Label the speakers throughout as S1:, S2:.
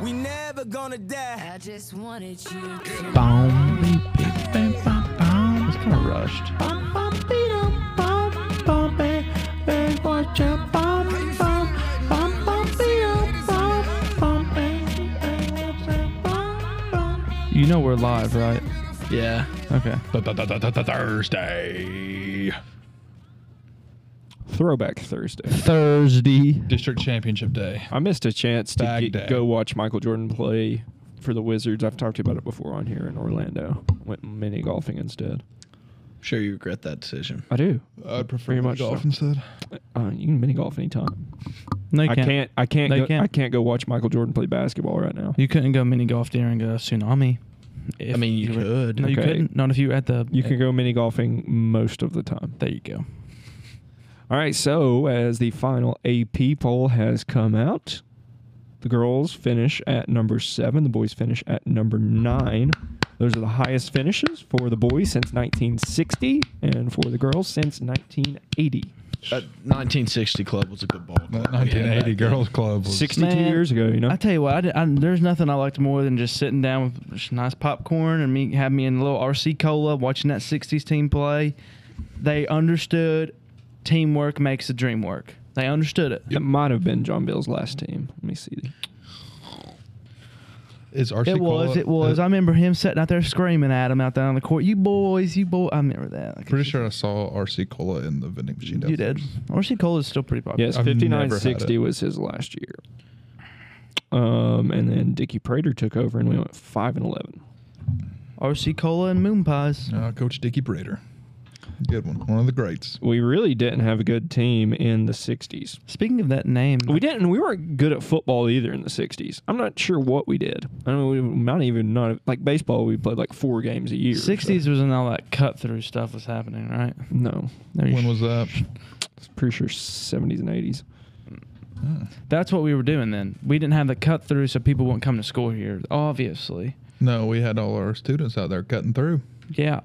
S1: We never gonna die.
S2: I just wanted you to
S3: Boom, beep, beep, bam, bam, bam. It's kind of rushed. Bum, bum, bee, dum, bum, bum, bam, bam, what ya, bum, bum, bum, bum, bee, dum, bum, bum, bam, bam, bam, bum, bum. You know we're live, right?
S4: Yeah.
S3: Okay.
S4: Thursday.
S5: Throwback Thursday.
S3: Thursday.
S4: District Championship Day.
S5: I missed a chance to
S4: Bag
S5: get-
S4: day.
S5: go watch Michael Jordan play for the Wizards. I've talked about it before on here in Orlando. Went mini golfing instead.
S4: I'm sure you regret that decision.
S5: I do.
S4: I'd prefer
S5: Very much
S4: golf
S5: so.
S4: instead.
S5: Uh, you can mini golf anytime.
S3: No, you
S5: I
S3: can't.
S5: can't. I can't.
S3: They
S5: Go,
S3: can't.
S5: I can't go watch Michael Jordan play basketball right now.
S3: You couldn't go mini golf during a tsunami. If
S4: I mean, you
S3: were-
S4: could.
S3: No, you
S5: Okay.
S3: couldn't. Not if you were at the.
S5: You can go mini golfing most of the time.
S3: There you go.
S5: All right. So as the final AP poll has come out, the girls finish at number seven. The boys finish at number nine. Those are the highest finishes for the boys since 1960, and for the girls since 1980.
S6: That 1960 Uh, club was a good ball. club.
S4: That 1980 Girls Club was
S5: 62
S3: Man,
S5: years ago, you know.
S3: I tell you what, I, did- I, there's nothing I liked more than just sitting down with just nice popcorn and me having me in a little RC cola, watching that '60s team play. They understood teamwork makes the dream work. They understood it.
S5: that might have been John Bill's last team. Let me see.
S4: Is RC
S3: It was,
S4: Cola-
S3: it was. I remember him sitting out there screaming at him out there on the court. You boys, you boy. I remember that. Like,
S4: Pretty sure I saw RC Cola in the vending machine.
S3: you did. RC cola is still pretty popular.
S5: Yes,
S4: I've never had
S5: 5960
S4: it.
S5: was his last year. Um, and then Dickie Prater took over, and we went five and eleven.
S3: RC cola and moon pies.
S4: Uh, Coach Dickie Brader. Good one. One of the greats.
S5: We really didn't have a good team in the 60s.
S3: Speaking of that name,
S5: We didn't. We weren't good at football either in the 60s. I'm not sure what we did. I mean, we might even not like baseball. We played like four games a year. so-
S3: 60s was when all that cut through stuff was happening, right?
S5: No,
S3: There you
S4: When was that?
S5: pretty sure 70s and 80s.
S4: Uh,
S3: That's what we were doing then. We didn't have the cut through, so people wouldn't come to school here. Obviously,
S4: No, we had all our students out there cutting through.
S3: yeah.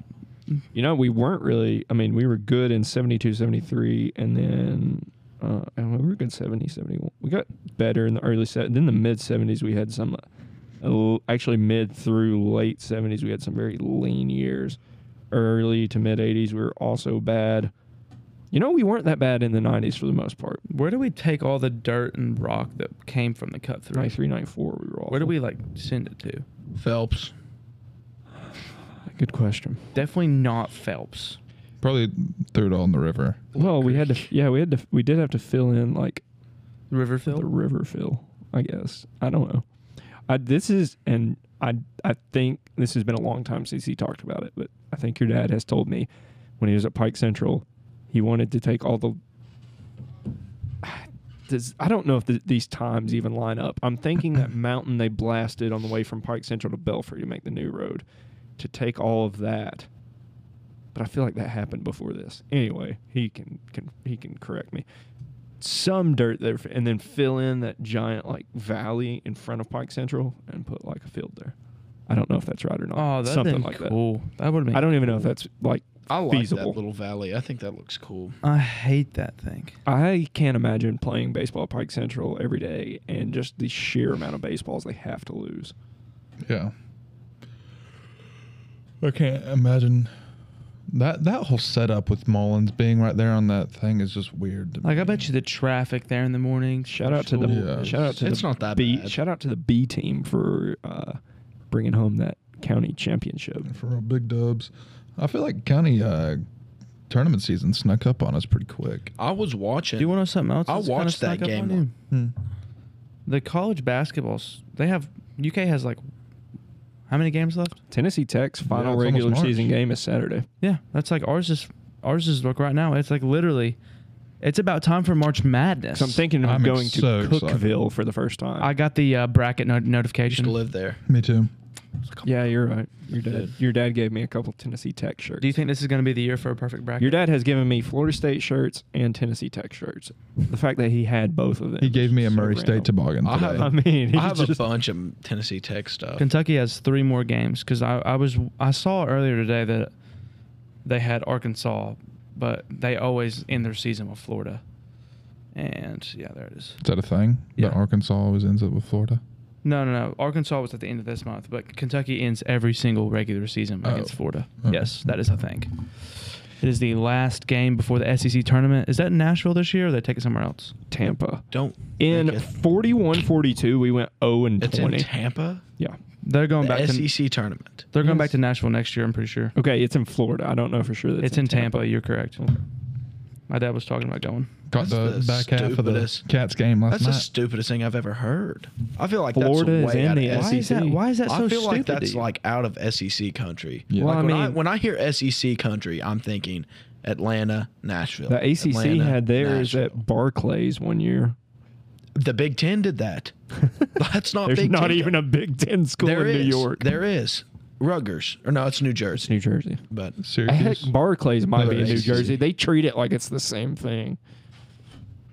S5: You know, we weren't really. I mean, we were good in 72, 73, and then uh, and we were good 70, 71. We got better in the early 70s. Then the mid 70s, we had some, uh, l- actually mid through late 70s, we had some very lean years. Early to mid 80s, we were also bad. You know, we weren't that bad in the 90s for the most part.
S3: Where do we take all the dirt and rock that came from the cut through?
S5: 93, 94, we were all.
S3: Where do we like send it to?
S6: Phelps.
S5: Good question.
S3: Definitely not Phelps.
S4: Probably threw it all in the river.
S5: Well, we had to, yeah, we had to, we did have to fill in like
S3: River
S5: the
S3: Phelps.
S5: river feel, I guess. I don't know. I, this is, and I, I think this has been a long time since he talked about it, but I think your dad has told me when he was at Pike Central, he wanted to take all the. Does, I don't know if th these times even line up. I'm thinking that mountain they blasted on the way from Pike Central to Belfry to make the new road, to take all of that. But I feel like that happened before this. Anyway, he can, can he can correct me some dirt there and then fill in that giant like valley in front of Pike Central and put like a field there. I don't know if that's right or not.
S3: Oh, that
S5: Something
S3: been
S5: like
S3: cool. That, would have
S5: that.
S3: been.
S5: I don't even know if that's like
S6: I like
S5: feasible.
S6: that little valley. I think that looks cool.
S3: I hate that thing.
S5: I can't imagine playing baseball at Pike Central every day and just the sheer amount of baseballs they have to lose.
S4: Yeah. I can't imagine that that whole setup with Mullins being right there on that thing is just weird. to
S3: Like I
S4: me.
S3: bet you the traffic there in the morning.
S5: Shout out to the
S4: Yeah.
S5: shout out to
S6: It's
S5: the
S6: not that
S5: B,
S6: bad.
S5: shout out to the B team for uh, bringing home that county championship.
S4: for real big dubs. I feel like county uh, tournament season snuck up on us pretty quick.
S6: I was watching.
S3: Do you want to know something else?
S6: I
S3: that's kinda
S6: watched that
S3: snuck up
S6: game
S3: on
S6: one-
S3: you? The college basketballs. They have UK has like how many games left?
S5: Tennessee Tech's final
S4: it's almost
S5: regular
S4: March.
S5: season game is Saturday.
S3: Yeah, that's like ours is ours is like right now. It's like literally, it's about time for March Madness.
S5: So I'm thinking of
S4: I'm
S5: going
S4: ex-
S5: to
S4: so
S5: Cookville
S4: excited.
S5: for the first time.
S3: I got the uh, bracket no-
S6: used
S3: notification.
S6: to live there.
S4: Me too.
S5: Yeah, you're right. Your dad, your dad gave me a couple Tennessee Tech shirts.
S3: Do you think this is going to be the year for a perfect bracket?
S5: your dad has given me Florida State shirts and Tennessee Tech shirts. The fact that he had both of them.
S4: He gave
S5: is
S4: me a
S5: so
S4: Murray State
S5: random.
S4: toboggan
S6: I
S4: today.
S6: have
S5: I mean, he
S6: I have
S5: just-
S6: a bunch of Tennessee Tech stuff.
S3: Kentucky has three more games because I, I was I saw earlier today that they had Arkansas, but they always end their season with Florida. And yeah, there it is.
S4: is that a thing?
S3: Yeah.
S4: That Arkansas always ends up with Florida.
S3: No, no, no. Arkansas was at the end of this month, but Kentucky ends every single regular season
S4: Oh.
S3: against Florida.
S4: Okay.
S3: Yes, that is a thing. It is the last game before the SEC tournament. Is that in Nashville this year, or they take it somewhere else?
S5: Tampa.
S6: Don't
S5: In
S6: think it-
S5: 41-42, we went 0 and
S6: It's
S5: 20.
S6: in Tampa.
S5: yeah.
S3: They're going back
S6: The
S3: to
S6: SEC tournament.
S3: they're going back
S5: Yes.
S3: to Nashville next year. I'm pretty sure.
S5: Okay, it's in Florida. I don't know for sure. That
S3: It's, in Tampa. You're correct.
S5: Okay.
S3: My dad was talking about going.
S4: Got the,
S6: That's the
S4: back half of the
S6: stupidest-
S4: Cats game last
S6: That's the
S4: night.
S6: stupidest thing I've ever heard. I feel like
S5: Florida is
S6: that's way
S5: in
S6: out
S5: the
S6: of
S5: SEC.
S3: Why is that? Why is that so
S6: E I feel
S3: stupid?
S6: like
S3: to
S6: that's
S3: you?
S6: like out of SEC country.
S4: Yeah.
S5: Well,
S4: Like,
S5: I
S6: when,
S5: mean,
S6: I, when I hear SEC country, I'm thinking Atlanta, Nashville.
S5: the ACC
S6: Atlanta,
S5: had theirs
S6: Nashville.
S5: at Barclays one year.
S6: The Big Ten did that. That's not
S5: There's
S6: Big
S5: not
S6: Ten.
S5: even a Big Ten school
S6: There
S5: in New
S6: is.
S5: York.
S6: There is. Rutgers. Or no, it's New Jersey.
S5: New Jersey.
S6: But
S5: Heck,
S4: Syracuse.
S5: Barclays might be in New
S6: ACC.
S5: Jersey. They treat it like it's the same thing.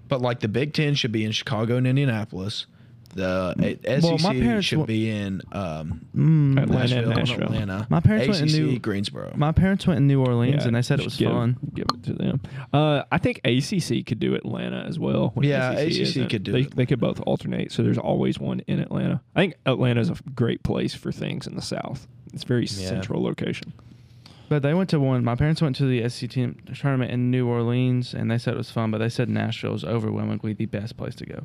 S6: but like the Big Ten should be in Chicago and Indianapolis. The uh,
S3: Well, my
S6: SEC
S3: parents
S6: should
S3: wa-
S6: be in um,
S3: Mm,
S5: Atlanta and
S6: Nashville, and
S5: Nashville.
S6: Atlanta.
S3: My parents
S6: ACC,
S3: went and knew-
S6: Greensboro.
S3: My parents went in New Orleans,
S5: Yeah,
S3: and they said
S5: you
S3: it was
S5: should give-
S3: fun.
S5: Give it to them. Uh, I think ACC could do Atlanta as well. when
S6: Yeah, ACC
S5: isn't.
S6: could do
S5: They,
S6: it.
S5: they could both alternate. So there's always one in Atlanta. I think Atlanta's a great place for things in the South. It's very
S6: Yeah.
S5: central location.
S3: But they went to one. My parents went to the SC team tournament in New Orleans, and they said it was fun. But they said Nashville is overwhelmingly the best place to go.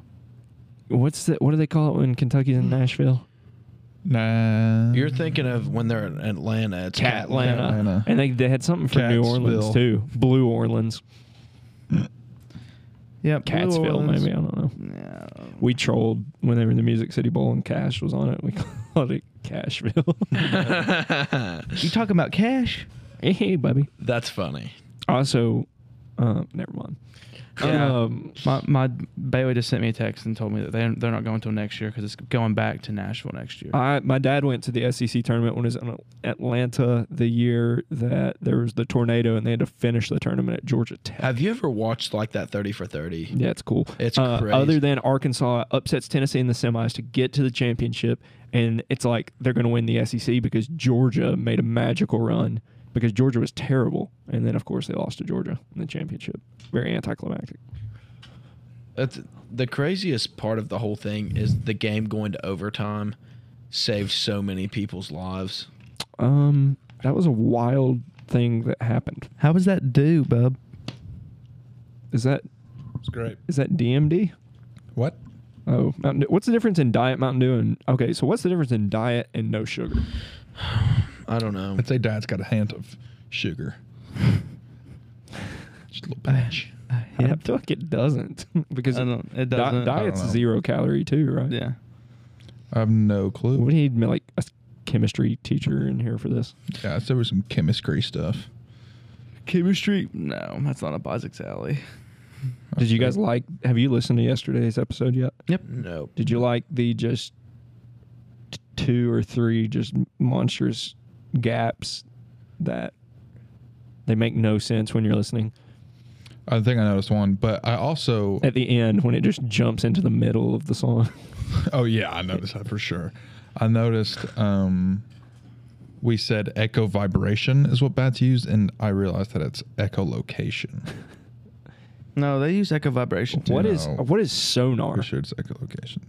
S5: What's the what do they call it when Kentucky's in Nashville?
S4: Nah.
S6: You're thinking of when they're in Atlanta. It's
S5: Catlanta.
S4: Catlanta.
S5: And they, they had something for New Orleans
S4: Cattsville.
S5: too. Blue Orleans.
S3: Yep, New
S5: Cattsville,
S3: Orleans.
S5: maybe. I don't know.
S3: No.
S5: We trolled when they were in the Music City Bowl and Cash was on it. We called it Cashville.
S3: you talking about cash?
S5: hey, hey, baby.
S6: That's funny.
S5: Also, uh, never mind.
S3: Yeah.
S6: Uh,
S5: Um,
S3: My my Bailey just sent me a text and told me that they they're not going until next year because it's going back to Nashville next year.
S5: I my dad went to the SEC tournament when it was in Atlanta the year that there was the tornado and they had to finish the tournament at Georgia Tech.
S6: Have you ever watched like that 30 for 30?
S5: yeah, it's cool.
S6: It's
S5: Uh,
S6: crazy.
S5: Other than Arkansas upsets Tennessee in the semis to get to the championship, and it's like they're going to win the SEC because Georgia made a magical run because Georgia was terrible, and then of course they lost to Georgia in the championship. Very anticlimactic.
S6: That's, the craziest part of the whole thing is the game going to overtime saved so many people's lives.
S5: Um, that was a wild thing that happened.
S3: How was that do, bub?
S5: Is that
S4: It's great.
S5: is that DMD?
S4: What?
S5: Oh, Mountain Dew. what's the difference in diet Mountain Dew and okay? So what's the difference in diet and no sugar?
S6: I don't know.
S4: I'd say dad's got a hint of sugar. Just a little patch.
S5: I feel like it doesn't because
S3: I don't- it
S5: di-
S3: doesn't. I
S5: diet's
S4: don't know.
S5: zero calorie too, right?
S3: Yeah.
S4: I have no clue.
S5: We need like a s- chemistry teacher in here for this.
S4: Yeah, I said there was some chemistry stuff.
S3: Chemistry? No, that's not a Isaac's alley.
S5: Did you guys like? Have you listened to yesterday's episode yet?
S3: Yep.
S6: No.
S5: Did you like the just t- two or three just monstrous gaps that they make no sense when you're listening
S4: I think I noticed one, but I also.
S5: at the end when it just jumps into the middle of the song?
S4: Oh yeah, I noticed that for sure. I noticed um we said echo vibration is what bats used, and I realized that it's echolocation.
S3: No, they use echo vibration. Too.
S5: What is
S4: No.
S5: what is sonar?
S4: For sure it's echolocation.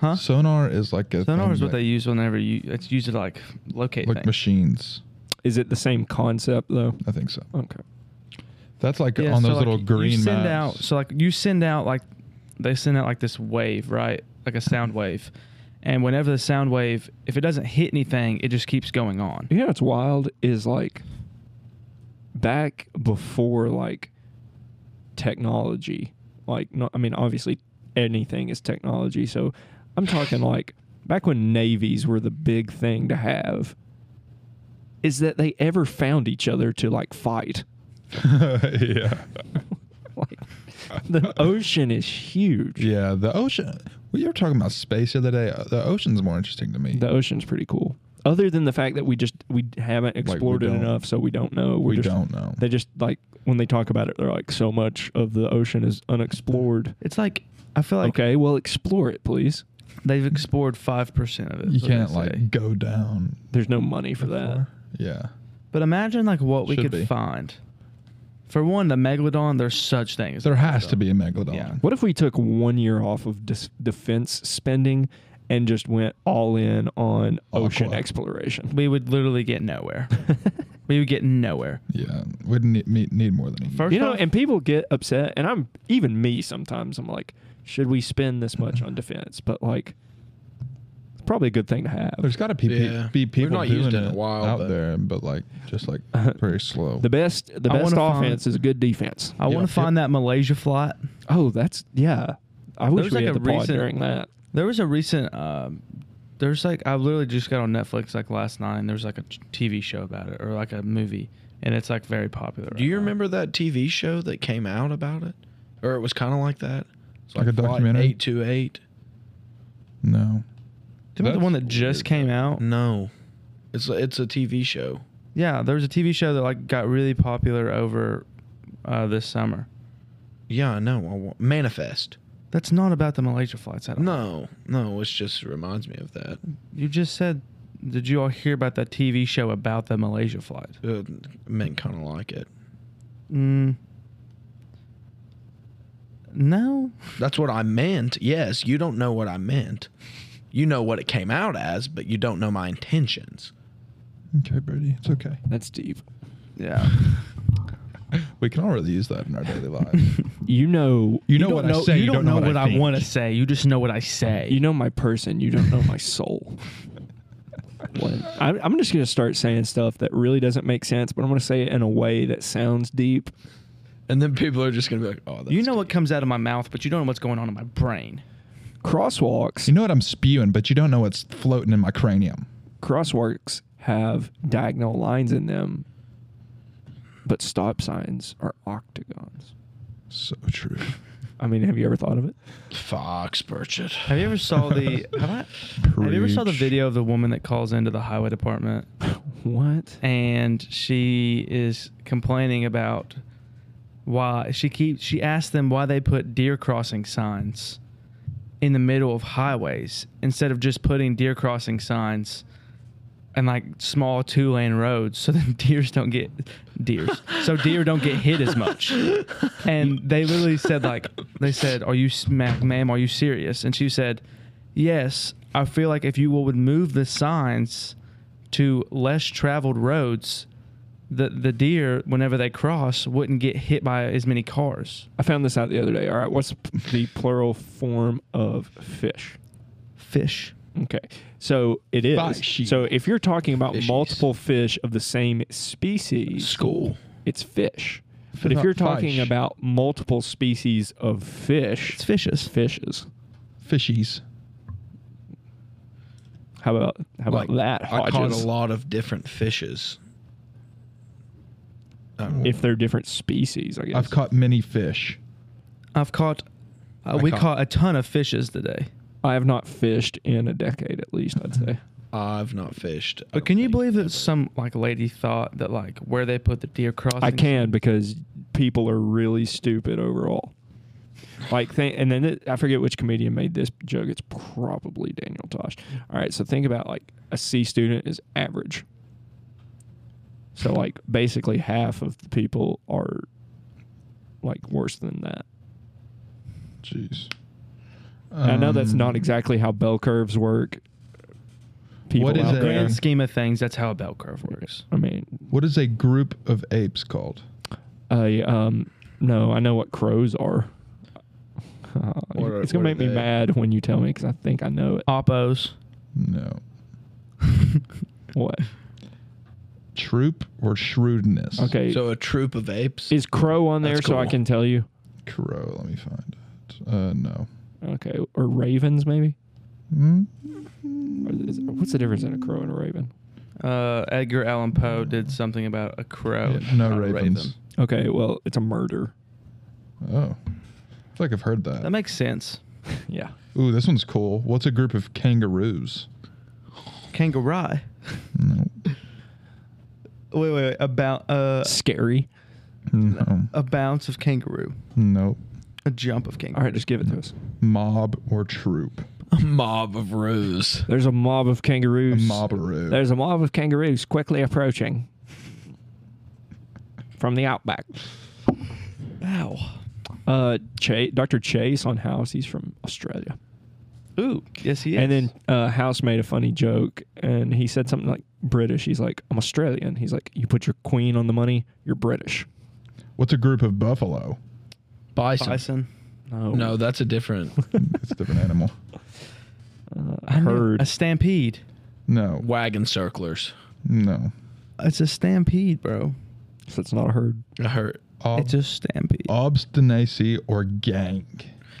S3: Huh?
S4: Sonar is like a
S3: Sonar
S4: thing
S3: is what
S4: that-
S3: they use whenever you it's used to like locate
S4: like
S3: things.
S4: machines.
S5: Is it the same concept though?
S4: I think so.
S5: Okay.
S4: That's like
S3: Yeah,
S4: on
S3: so,
S4: those
S3: like,
S4: little green
S3: you send out
S4: maps.
S3: so like you send out like they send out like this wave right like a sound wave and whenever the sound wave if it doesn't hit anything it just keeps going on
S5: You know what's wild is like back before like technology, like no, I mean obviously anything is technology. So I'm talking like back when navies were the big thing to have. Is that they ever found each other to like fight?
S4: yeah.
S5: Like the ocean is huge.
S4: Yeah, the ocean. We were talking about space the other day. Uh, The ocean's more interesting to me.
S5: The ocean's pretty cool. Other than the fact that we just we haven't
S4: we
S5: explored it
S4: don't-
S5: enough, so we don't know. We're
S4: we
S5: just-
S4: don't know.
S5: They just like when they talk about it, they're like, so much of the ocean is unexplored.
S3: it's like i feel like
S5: okay, well, explore it, please.
S3: they've explored 5% of it
S4: you
S3: is what they
S4: can't
S3: say.
S4: like go down.
S5: There's no money for that.
S4: Yeah.
S3: but imagine like what we
S4: Should
S3: could
S4: be.
S3: find for one the megalodon there's such things
S4: There has to be a megalodon.
S3: Yeah.
S5: What if we took one year off of dis- defense spending and just went all in on ocean
S4: Aqua.
S5: exploration.
S3: we would literally get nowhere. we would get nowhere.
S4: Yeah, we'd need, need, need more than a year.
S3: First
S5: You know,
S3: off-
S5: and people get upset, and I'm even me sometimes. I'm like, should we spend this
S3: Mm-hmm.
S5: much on defense? But like, it's probably a good thing to have.
S4: There's got to be, pe-
S6: Yeah.
S4: be
S6: We've
S4: people
S6: not
S4: doing
S6: used it
S4: it
S6: in a while,
S4: out
S6: but-
S4: there, but like just like
S3: Uh-huh.
S4: very slow.
S5: The best, the
S3: I wanna
S5: best
S3: find-
S5: offense is a good defense.
S3: I want
S4: Yeah.
S3: to find that Malaysia flight.
S5: Oh, that's yeah. I wish
S3: was,
S5: we
S3: like,
S5: had
S3: a
S5: the pod
S3: recent-
S5: during that.
S3: There was a recent. Um, there's like I literally just got on Netflix like last night. And there was like a t- TV show about it or like a movie, and it's like very popular.
S6: Do
S3: right
S6: you
S3: now.
S6: remember that TV show that came out about it? Or it was kind of like that? It's
S4: Like a documentary?
S6: Eight to eight.
S4: no.
S3: Do you remember the one that
S4: That's
S3: just
S4: weird.
S3: came out?
S6: No, it's a, it's a TV show.
S3: Yeah, there was a TV show that like got really popular over uh, this summer.
S6: Yeah, I know. I want, Manifest.
S3: That's not about the Malaysia flights. I don't
S6: No, no, it just reminds me of that.
S3: You just said, did you all hear about that TV show about the Malaysia flight?
S6: Uh, meant kind of like it.
S3: Mm. No.
S6: That's what I meant. Yes, you don't know what I meant. You know what it came out as, but you don't know my intentions.
S4: Okay, Brady, it's okay.
S5: That's deep.
S3: Yeah.
S4: We can already use that in our daily lives.
S5: You know,
S4: You know
S3: don't
S4: what I say.
S3: You don't, know, what, I,
S4: think.
S3: want to say. You just know what I say.
S5: you know my person. You don't know my soul. What? I'm, I'm just gonna start saying stuff that really doesn't make sense, but I'm gonna say it in a way that sounds deep.
S6: And then people are just gonna be like, "Oh, that's
S3: you know what comes out of my mouth, but you don't know what's going on in my brain.
S5: Crosswalks.
S4: You know what I'm spewing, but you don't know what's floating in my cranium.
S5: crosswalks have diagonal lines in them, but stop signs are octagons.
S4: So true.
S5: I mean, have you ever thought of it?
S6: Fox Burchett."
S3: Have you ever saw the? have, I, have you ever saw the
S4: Preach.
S3: video of the woman that calls into the highway department
S5: What?
S3: and she is complaining about why she keeps she asked them why they put deer crossing signs in the middle of highways instead of just putting deer crossing signs and like small two lane roads so then deers don't get deers so deer don't get hit as much and they literally said like they said are you s- ma- ma'am are you serious and she said yes i feel like if you would move the signs to less traveled roads the the deer whenever they cross wouldn't get hit by as many cars
S5: I found this out the other day. All right, what's p- the plural form of fish?
S3: fish
S5: Okay, so it is.
S4: Fishy.
S5: So if you're talking about
S6: Fishies.
S5: multiple fish of the same species,
S6: School.
S5: it's fish. But if you're talking
S4: fish.
S5: about multiple species of fish,
S3: it's fishes
S5: fishes.
S4: Fishies.
S5: How about how about that?
S6: I caught a
S5: Hodges?
S6: lot of different fishes. Um,
S5: uh, If they're different species, I guess.
S4: I've caught many fish.
S3: i've caught uh,
S6: I
S3: we
S6: caught-
S3: caught a ton of fishes today
S5: I have not fished in a decade, at least I'd say.
S6: I've not fished. I
S3: but
S6: don't
S3: can you
S6: think.
S3: believe that some like lady thought that like where they put the deer crossing
S5: I can because people are really stupid overall. Like, think, and then it, I forget which comedian made this joke. It's probably Daniel Tosh. All right, so think about like a C student is average. So like basically half of the people are like worse than that.
S4: Jeez.
S5: I know that's
S4: Um,
S5: not exactly how bell curves work. People
S4: What is
S5: out
S4: a-
S5: there.
S3: grand scheme of things that's how a bell curve works
S5: I mean,
S4: What is a group of apes called?
S5: I um no, I know what crows are. Uh,
S6: What are-
S5: it's gonna
S6: what are
S5: make me
S6: they?
S5: mad when you tell me because I think I know it.
S3: oppos
S4: No.
S5: What?
S4: Troop or shrewdness?
S5: Okay,
S6: So a troop of apes.
S5: is crow on there
S6: That's
S5: so I
S6: cool.
S5: can tell you?
S4: Crow. Let me find it. Uh, no.
S5: Okay, or ravens maybe?
S4: Hmm?
S5: Or is- What's the difference in a crow and a raven?
S3: uh, edgar allan poe did something about a crow
S4: Yeah,
S3: and
S4: no
S5: Uh,
S3: not a
S4: ravens.
S5: Okay, well it's a murder.
S4: Oh. I feel like I've heard that.
S3: that makes sense
S5: Yeah.
S4: Ooh, this one's cool. What's a group of kangaroos?
S3: kangaroo
S4: No.
S3: wait wait, wait about uh
S5: Scary.
S4: No.
S3: a bounce of kangaroo
S4: Nope.
S3: a jump of kangaroo
S5: All right, just give it to us.
S4: Mob or troop?
S6: a mob of roos.
S5: There's a mob of kangaroos.
S4: Mobberoo.
S5: There's a mob of kangaroos quickly approaching from the outback.
S3: Ow.
S5: Uh, Chase, Dr. Chase on House. He's from Australia.
S3: Ooh, yes he is.
S5: And then uh, House made a funny joke, and he said something like British. He's like, "I'm Australian." He's like, "You put your queen on the money, you're British."
S4: What's a group of buffalo?
S6: Bison.
S3: Bison.
S5: No,
S6: No, that's a different.
S4: It's a different animal.
S5: uh, herd.
S3: A stampede.
S4: No,
S6: Wagon circlers.
S4: no.
S3: It's a stampede, bro.
S5: So it's not a herd.
S6: I heard
S4: Ob-
S3: It's a stampede.
S4: Oh, obstinacy or gang.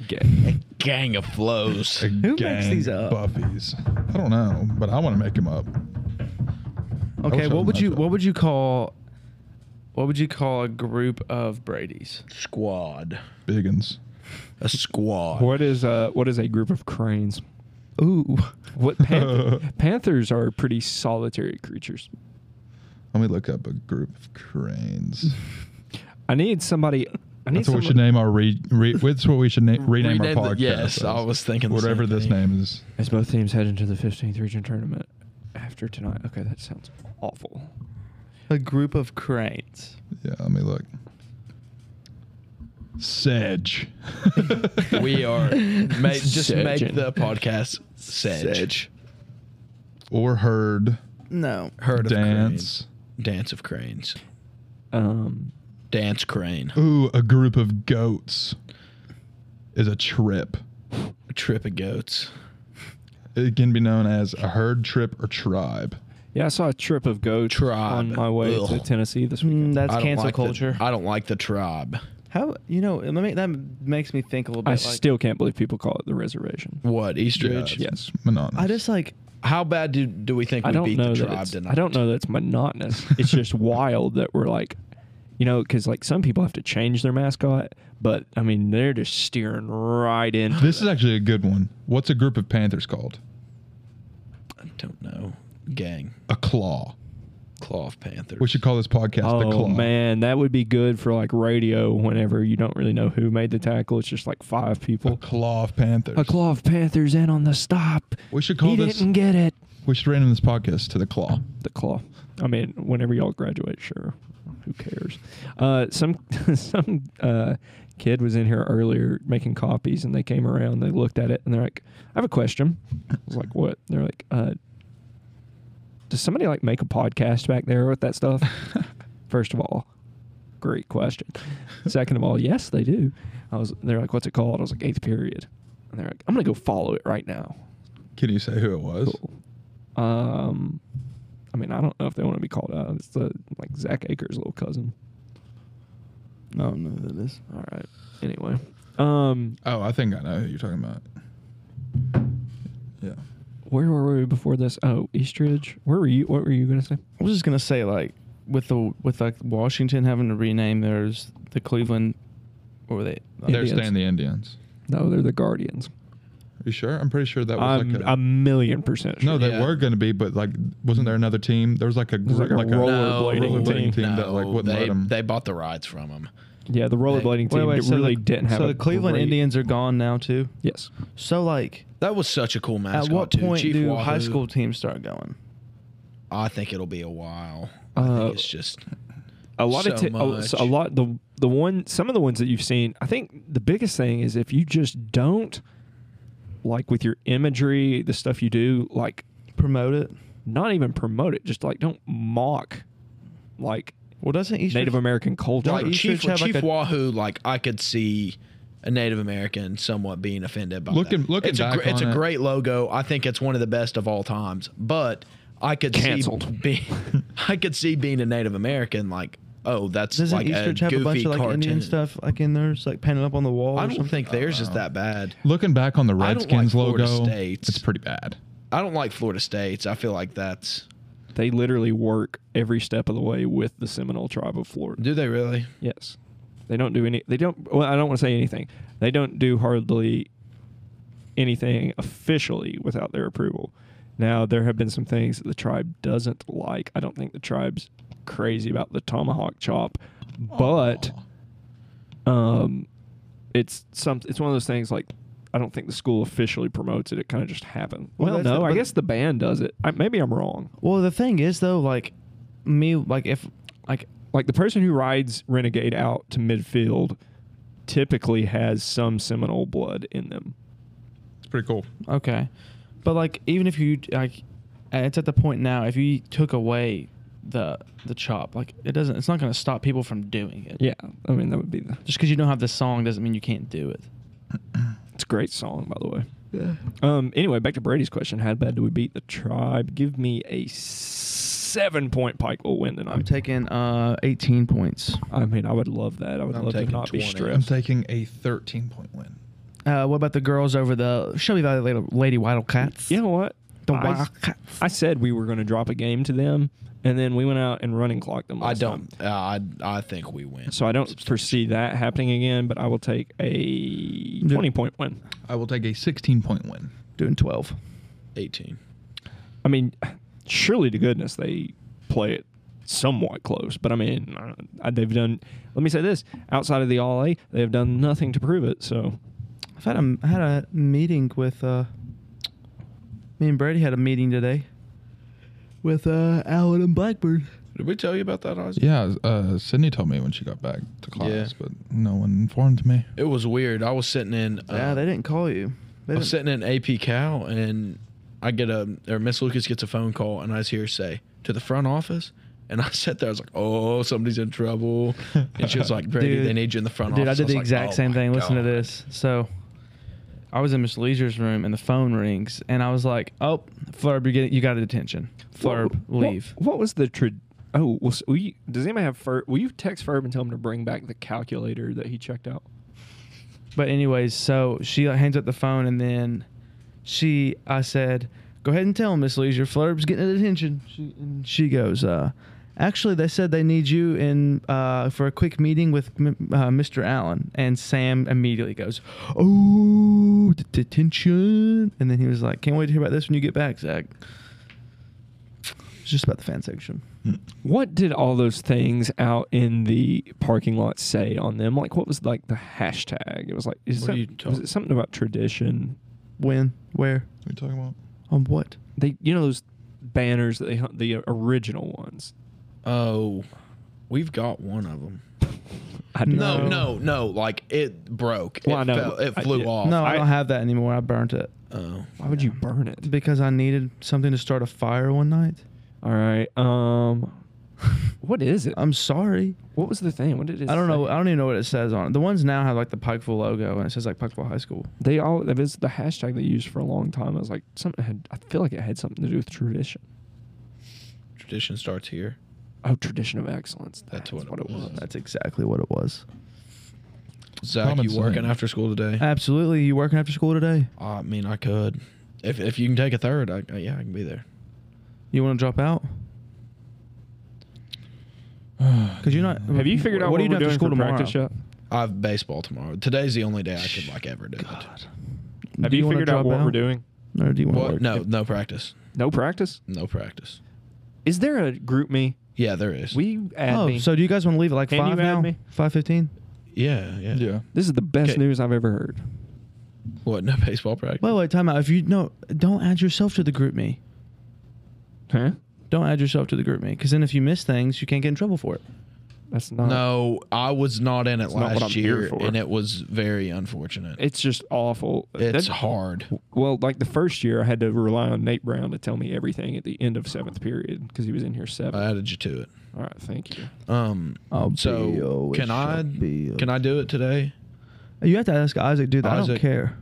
S5: Gay.
S6: gang of flows.
S4: A
S3: Who makes
S4: gang
S3: these up?
S4: Buffies. I don't know, but I want to make them up.
S3: Okay,
S4: Those are
S3: what would you
S4: messed up.
S3: what would you call what would you call a group of Brady's?
S6: Squad.
S4: Biggins.
S6: A squad.
S5: What is uh what is a group of cranes?
S3: Ooh,
S5: What panth- panthers are pretty solitary creatures.
S4: Let me look up a group of cranes.
S5: I need somebody. I need
S4: That's what we
S5: someone,
S4: should name our re. re that's what we should na- rename,
S6: Rename
S4: our
S6: the-
S4: podcast.
S6: yes, I
S4: as.
S6: was thinking the
S4: whatever
S6: same
S4: this
S6: thing.
S4: name is.
S5: As both teams head into the 15th region tournament after tonight. Okay, that sounds awful.
S3: a group of cranes.
S4: Yeah, let me look. Sedge.
S6: we are. Make, just
S5: Sedging.
S6: make the podcast Sedge.
S4: or herd.
S3: No.
S6: Heard of cranes.
S4: dance.
S6: Dance of cranes.
S5: Um,
S6: Dance crane.
S4: Ooh, a group of goats is a trip.
S6: A trip of goats.
S4: It can be known as a herd, trip, or tribe.
S5: yeah, I saw a trip of goats
S6: Tribe.
S5: on my way to
S6: Ugh.
S5: Tennessee this
S3: Mm,
S5: weekend.
S3: that's
S6: I don't
S3: cancel
S6: like the-
S3: culture.
S6: I don't like the tribe.
S3: How you know? Let me, that makes me think a little bit.
S5: I
S3: like,
S5: still can't believe people call it the reservation.
S6: What Eastridge?
S4: Yeah,
S5: Yes.
S4: Monotonous.
S3: I just like
S6: How bad do do we think
S5: I
S6: we
S5: don't
S6: beat
S5: know
S6: the
S5: that
S6: tribe
S5: it's,
S6: tonight?
S5: I don't know that it's monotonous. it's just wild that we're like, you know, because like some people have to change their mascot, but I mean they're just steering right in.
S4: This is actually a good one. What's a group of panthers called?
S6: I don't know. Gang.
S4: A claw.
S6: Claw of Panthers.
S4: We should call this podcast the
S5: Oh
S4: claw.
S5: man, that would be good for like radio. Whenever you don't really know who made the tackle, it's just like five
S4: A
S5: people.
S4: claw of panthers.
S5: A claw of panthers in on the stop.
S4: We should call
S5: He
S4: this.
S5: didn't get it.
S4: We should rename this podcast to the claw.
S5: The claw. I mean, whenever y'all graduate, sure. Who cares? Uh, some some uh, kid was in here earlier making copies, and they came around. They looked at it, and they're like, "I have a question." I was like, "What?" They're like, uh, "Does somebody like make a podcast back there with that stuff?" First of all, great question. Second of all, yes, they do. I was. They're like, "What's it called?" I was like, eighth period," and they're like, "I'm gonna go follow it right now."
S4: Can you say who it was?
S5: Cool. Um, I mean, I don't know if they want to be called out. It's the like Zach Akers' little cousin.
S3: no, no, that is.
S5: All right. Anyway, um,
S4: Oh, I think I know who you're talking about. Yeah.
S5: where were we before this? Oh, Eastridge. Where were you? What were you gonna say?
S3: I was just gonna say like with the with like Washington having to rename theirs the Cleveland. What were they? Like,
S4: They're
S5: Indians.
S4: staying the Indians.
S5: No, they're the Guardians.
S4: Are you sure? I'm pretty sure that was
S5: I'm
S4: like a.
S5: a million percent sure.
S4: no, they
S6: yeah.
S4: were going to be, but like, wasn't there another team? There was like a
S5: was
S4: group,
S5: like
S4: like,
S5: a
S4: a
S5: roller- rollerblading
S4: team.
S5: team.
S4: team that, like, wouldn't
S6: they,
S4: let 'em-
S6: they bought the rides from them.
S5: Yeah, the rollerblading team that
S3: so
S5: really
S3: the,
S5: didn't have.
S3: So
S5: a
S3: the Cleveland
S5: great-
S3: Indians are gone now too.
S5: Yes.
S3: So like,
S6: That was such a cool mascot.
S3: at what
S6: too.
S3: point
S6: Chief
S3: do
S6: Wahoo.
S3: high school teams start going?
S6: I think it'll be a while. I
S5: Uh,
S6: think it's just
S5: a lot of
S6: so
S5: t- a, so a
S6: much.
S5: lot the the one some of the ones that you've seen i think the biggest thing is if you just don't like with your imagery the stuff you do like
S3: Promote it.
S5: not even promote it just like don't mock like
S3: Well, doesn't Eastern
S5: native american culture
S6: like
S3: each
S6: Chief,
S3: church have, like,
S6: Chief
S3: a-
S6: Wahoo. Like I could see a Native American somewhat being offended by
S4: Looking-
S6: that.
S4: looking
S6: it's a,
S4: back
S6: gr- it's
S4: on
S6: a
S4: it-
S6: great logo. I think it's one of the best of all times. But I could
S5: Canceled.
S6: see be, I could see being a Native American like oh that's
S3: Doesn't
S6: like a
S3: Eastridge
S6: goofy
S3: have a bunch of like
S6: cartoon.
S3: Indian stuff like in there, just, like painted up on the wall?
S6: I
S3: or
S6: don't
S3: something?
S6: think theirs is that bad.
S4: Looking back on the
S6: I don't
S4: Redskins
S6: like Florida
S4: logo,
S6: States.
S4: it's pretty bad.
S6: I don't like Florida State's. I feel like that's
S5: they literally work every step of the way with the seminole tribe of florida
S6: do they really?
S5: yes they don't do any they don't well i don't want to say anything they don't do hardly anything officially without their approval. Now, there have been some things that the tribe doesn't like. I don't think the tribe's crazy about the tomahawk chop, but um, it's some. It's one of those things like I don't think the school officially promotes it. It kind of just happened.
S3: Well,
S5: Well,
S3: that's
S5: no,
S3: the-
S5: I
S3: but-
S5: guess the band does it. I, maybe I'm wrong.
S3: Well, the thing is though, like me, like if like
S5: Like the person who rides Renegade out to midfield typically has some Seminole blood in them.
S4: pretty cool.
S3: Okay, but like even if you like, it's at the point now. If you took away the the chop, like it doesn't. It's not going to stop people from doing it.
S5: Yeah, I mean that would be the.
S3: Just because you don't have the song doesn't mean you can't do it.
S5: It's a great song, by the way. Um. Anyway, back to Brady's question: How bad do we beat the tribe? Give me a seven-point Pike will win tonight.
S3: I'm taking uh 18 points.
S5: I mean, I would love that. I would
S6: I'm
S5: love to
S6: taking
S5: not be
S6: 20.
S4: I'm
S5: stressed.
S4: taking a 13 point win.
S3: Uh, what about the girls over the Shelby Valley Lady, Lady Wildcats?
S5: You know what?
S3: the
S5: I-
S3: Wildcats.
S5: I said we were going to drop a game to them, and then we went out and running clocked them.
S6: I
S5: last
S6: don't.
S5: time.
S6: Uh, I I think we win.
S5: So I don't foresee that happening again. But I will take a twenty-point win.
S4: I will take a 16 point win.
S3: doing 12.
S6: 18.
S5: I mean, surely to goodness they play it somewhat close. But I mean, uh, they've done. Let me say this: outside of the All A, they have done nothing to prove it. So
S3: I've had a I had a meeting with uh, me and Brady had a meeting today with uh Alan and Blackbird.
S6: Did we tell you about that, Isaac?
S4: Yeah, uh, Sydney told me when she got back to class,
S6: Yeah.
S4: but no one informed me.
S6: It was weird. I was sitting in. Uh,
S3: yeah, they didn't call you. They
S6: I was
S3: didn't-
S6: sitting in AP Cal, and I get a or Miss Lucas gets a phone call, and I just hear her say to the front office. And I sat there. I was like, "Oh, somebody's in trouble." And she was like, "Brady,
S3: Dude.
S6: they need you in the front
S3: Dude, I
S6: office."
S3: did
S6: was
S3: the
S6: like,
S3: exact
S6: "Oh
S3: same
S6: my
S3: thing. Listen to
S6: God."
S3: this. So, I was in Miss Leisure's room and the phone rings, and I was like, "Oh, Flurb, you get you got a detention. Flurb,
S5: What-
S3: leave."
S5: What, what was the tra- Oh, well, s- will you, does anybody have Ferb? Will you text Ferb and tell him to bring back the calculator that he checked out?
S3: But anyways, so she like, hangs up the phone, and then she, I said, "Go ahead and tell him, Miss Leisure, Flurb's getting a detention." She, and she goes, uh, "Actually, they said they need you in uh, for a quick meeting with m- uh, Mr. Allen." And Sam immediately goes, "Oh, d- detention!" And then he was like, "Can't wait to hear about this when you get back, Zach." It's just about the fan section.
S4: Hmm.
S5: What did all those things out in the parking lot say on them? Like, what was like the hashtag? It was like, is
S6: What are
S5: that-
S6: you
S5: was
S6: talking-
S5: it something about tradition?
S3: When, where,
S4: What are you talking about?
S3: on what?
S5: They, you know, those banners that they hung, the original ones.
S6: Oh, we've got one of them.
S5: I don't
S6: No,
S5: know.
S6: no, no. Like it broke.
S5: Well,
S6: it
S5: I know.
S6: fell- it
S5: I-
S6: flew
S5: yeah.
S6: off.
S3: no, I,
S5: I-
S3: don't have that anymore. I burnt it
S6: Oh.
S5: Why would you burn it?
S3: because I needed something to start a fire one night.
S5: All right. Um, what is it?
S3: I'm sorry.
S5: what was the thing? What did it?
S3: I don't know.
S5: say?
S3: I don't even know what it says on it. The ones now have like the Pikeville logo and it says like Pikeville High School.
S5: They all that was the hashtag they used for a long time. I was like, something had. I feel like it had something to do with tradition.
S6: Tradition starts here.
S5: Oh, tradition of excellence.
S6: That's what it was.
S3: That's exactly what it was.
S6: Zach,
S4: Common
S6: you working
S4: sense.
S6: after school today?
S3: Absolutely. You working after school today?
S6: I mean, I could. If if you can take a third, I, uh, yeah, I can be there.
S3: You want to drop out? Cause you're not.
S5: Have you figured out
S3: what,
S5: what,
S3: are you
S5: we're
S3: doing after
S5: doing
S3: school
S5: for
S3: tomorrow?
S5: practice yet?
S6: I have baseball tomorrow. Today's the only day I could like ever do it.
S5: Have
S3: Do
S5: you,
S3: wanna
S5: figured out
S3: drop
S5: what we're doing?
S3: Or do you want to
S6: What?
S3: work?
S6: No, no practice.
S5: No practice.
S6: No practice.
S5: Is there a group me?
S6: Yeah, there is.
S5: We add
S3: Oh,
S5: me.
S3: so do you guys want to leave at like
S5: Can you
S3: five
S5: add
S3: now?
S5: me?
S3: Five fifteen.
S6: yeah, yeah,
S4: Yeah.
S5: this is the best
S6: Okay.
S5: news I've ever heard.
S6: What? No baseball practice.
S3: Wait, wait, time out. If you no, don't add yourself to the group me.
S5: Huh?
S3: Don't add yourself to the group me, because then if you miss things, you can't get in trouble for it.
S5: That's not.
S6: no, I was not in it
S5: It's not
S6: last
S5: what I'm here
S6: year,
S5: for.
S6: and it was very unfortunate.
S5: It's just awful.
S6: it's
S5: That-
S6: hard.
S5: Well, like the first year, I had to rely on Nate Brown to tell me everything at the end of seventh period because he was in here seven.
S6: I added you to it.
S5: All right, thank you.
S6: Um.
S3: Oh,
S6: So can I can I do it today?
S3: You have to ask Isaac, dude. I don't
S6: Isaac.
S3: care.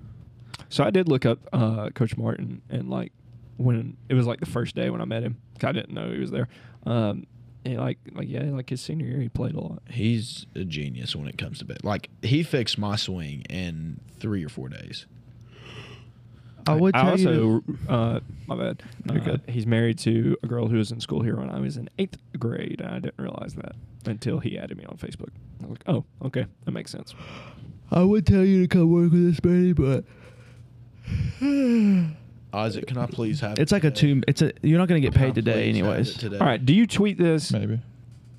S5: So I did look up uh, Coach Martin, and like when it was like the first day when I met him, 'cause I didn't know he was there. Um, and like like yeah, like his senior year, he played a lot.
S6: He's a genius when it comes to bat. Like he fixed my swing in three or four days.
S3: I would tell
S5: I
S3: you.
S5: also, uh, my bad.
S3: You're
S5: Uh,
S3: good.
S5: He's married to a girl who was in school here when I was in eighth grade, and I didn't realize that until he added me on Facebook. I was like, oh, okay, that makes sense.
S3: I would tell you to come work with us, Brady, but
S6: Isaac, can I please have?
S3: it's like a two. It's a. You're not gonna get paid today, anyways.
S5: All right, do you tweet this
S4: Maybe.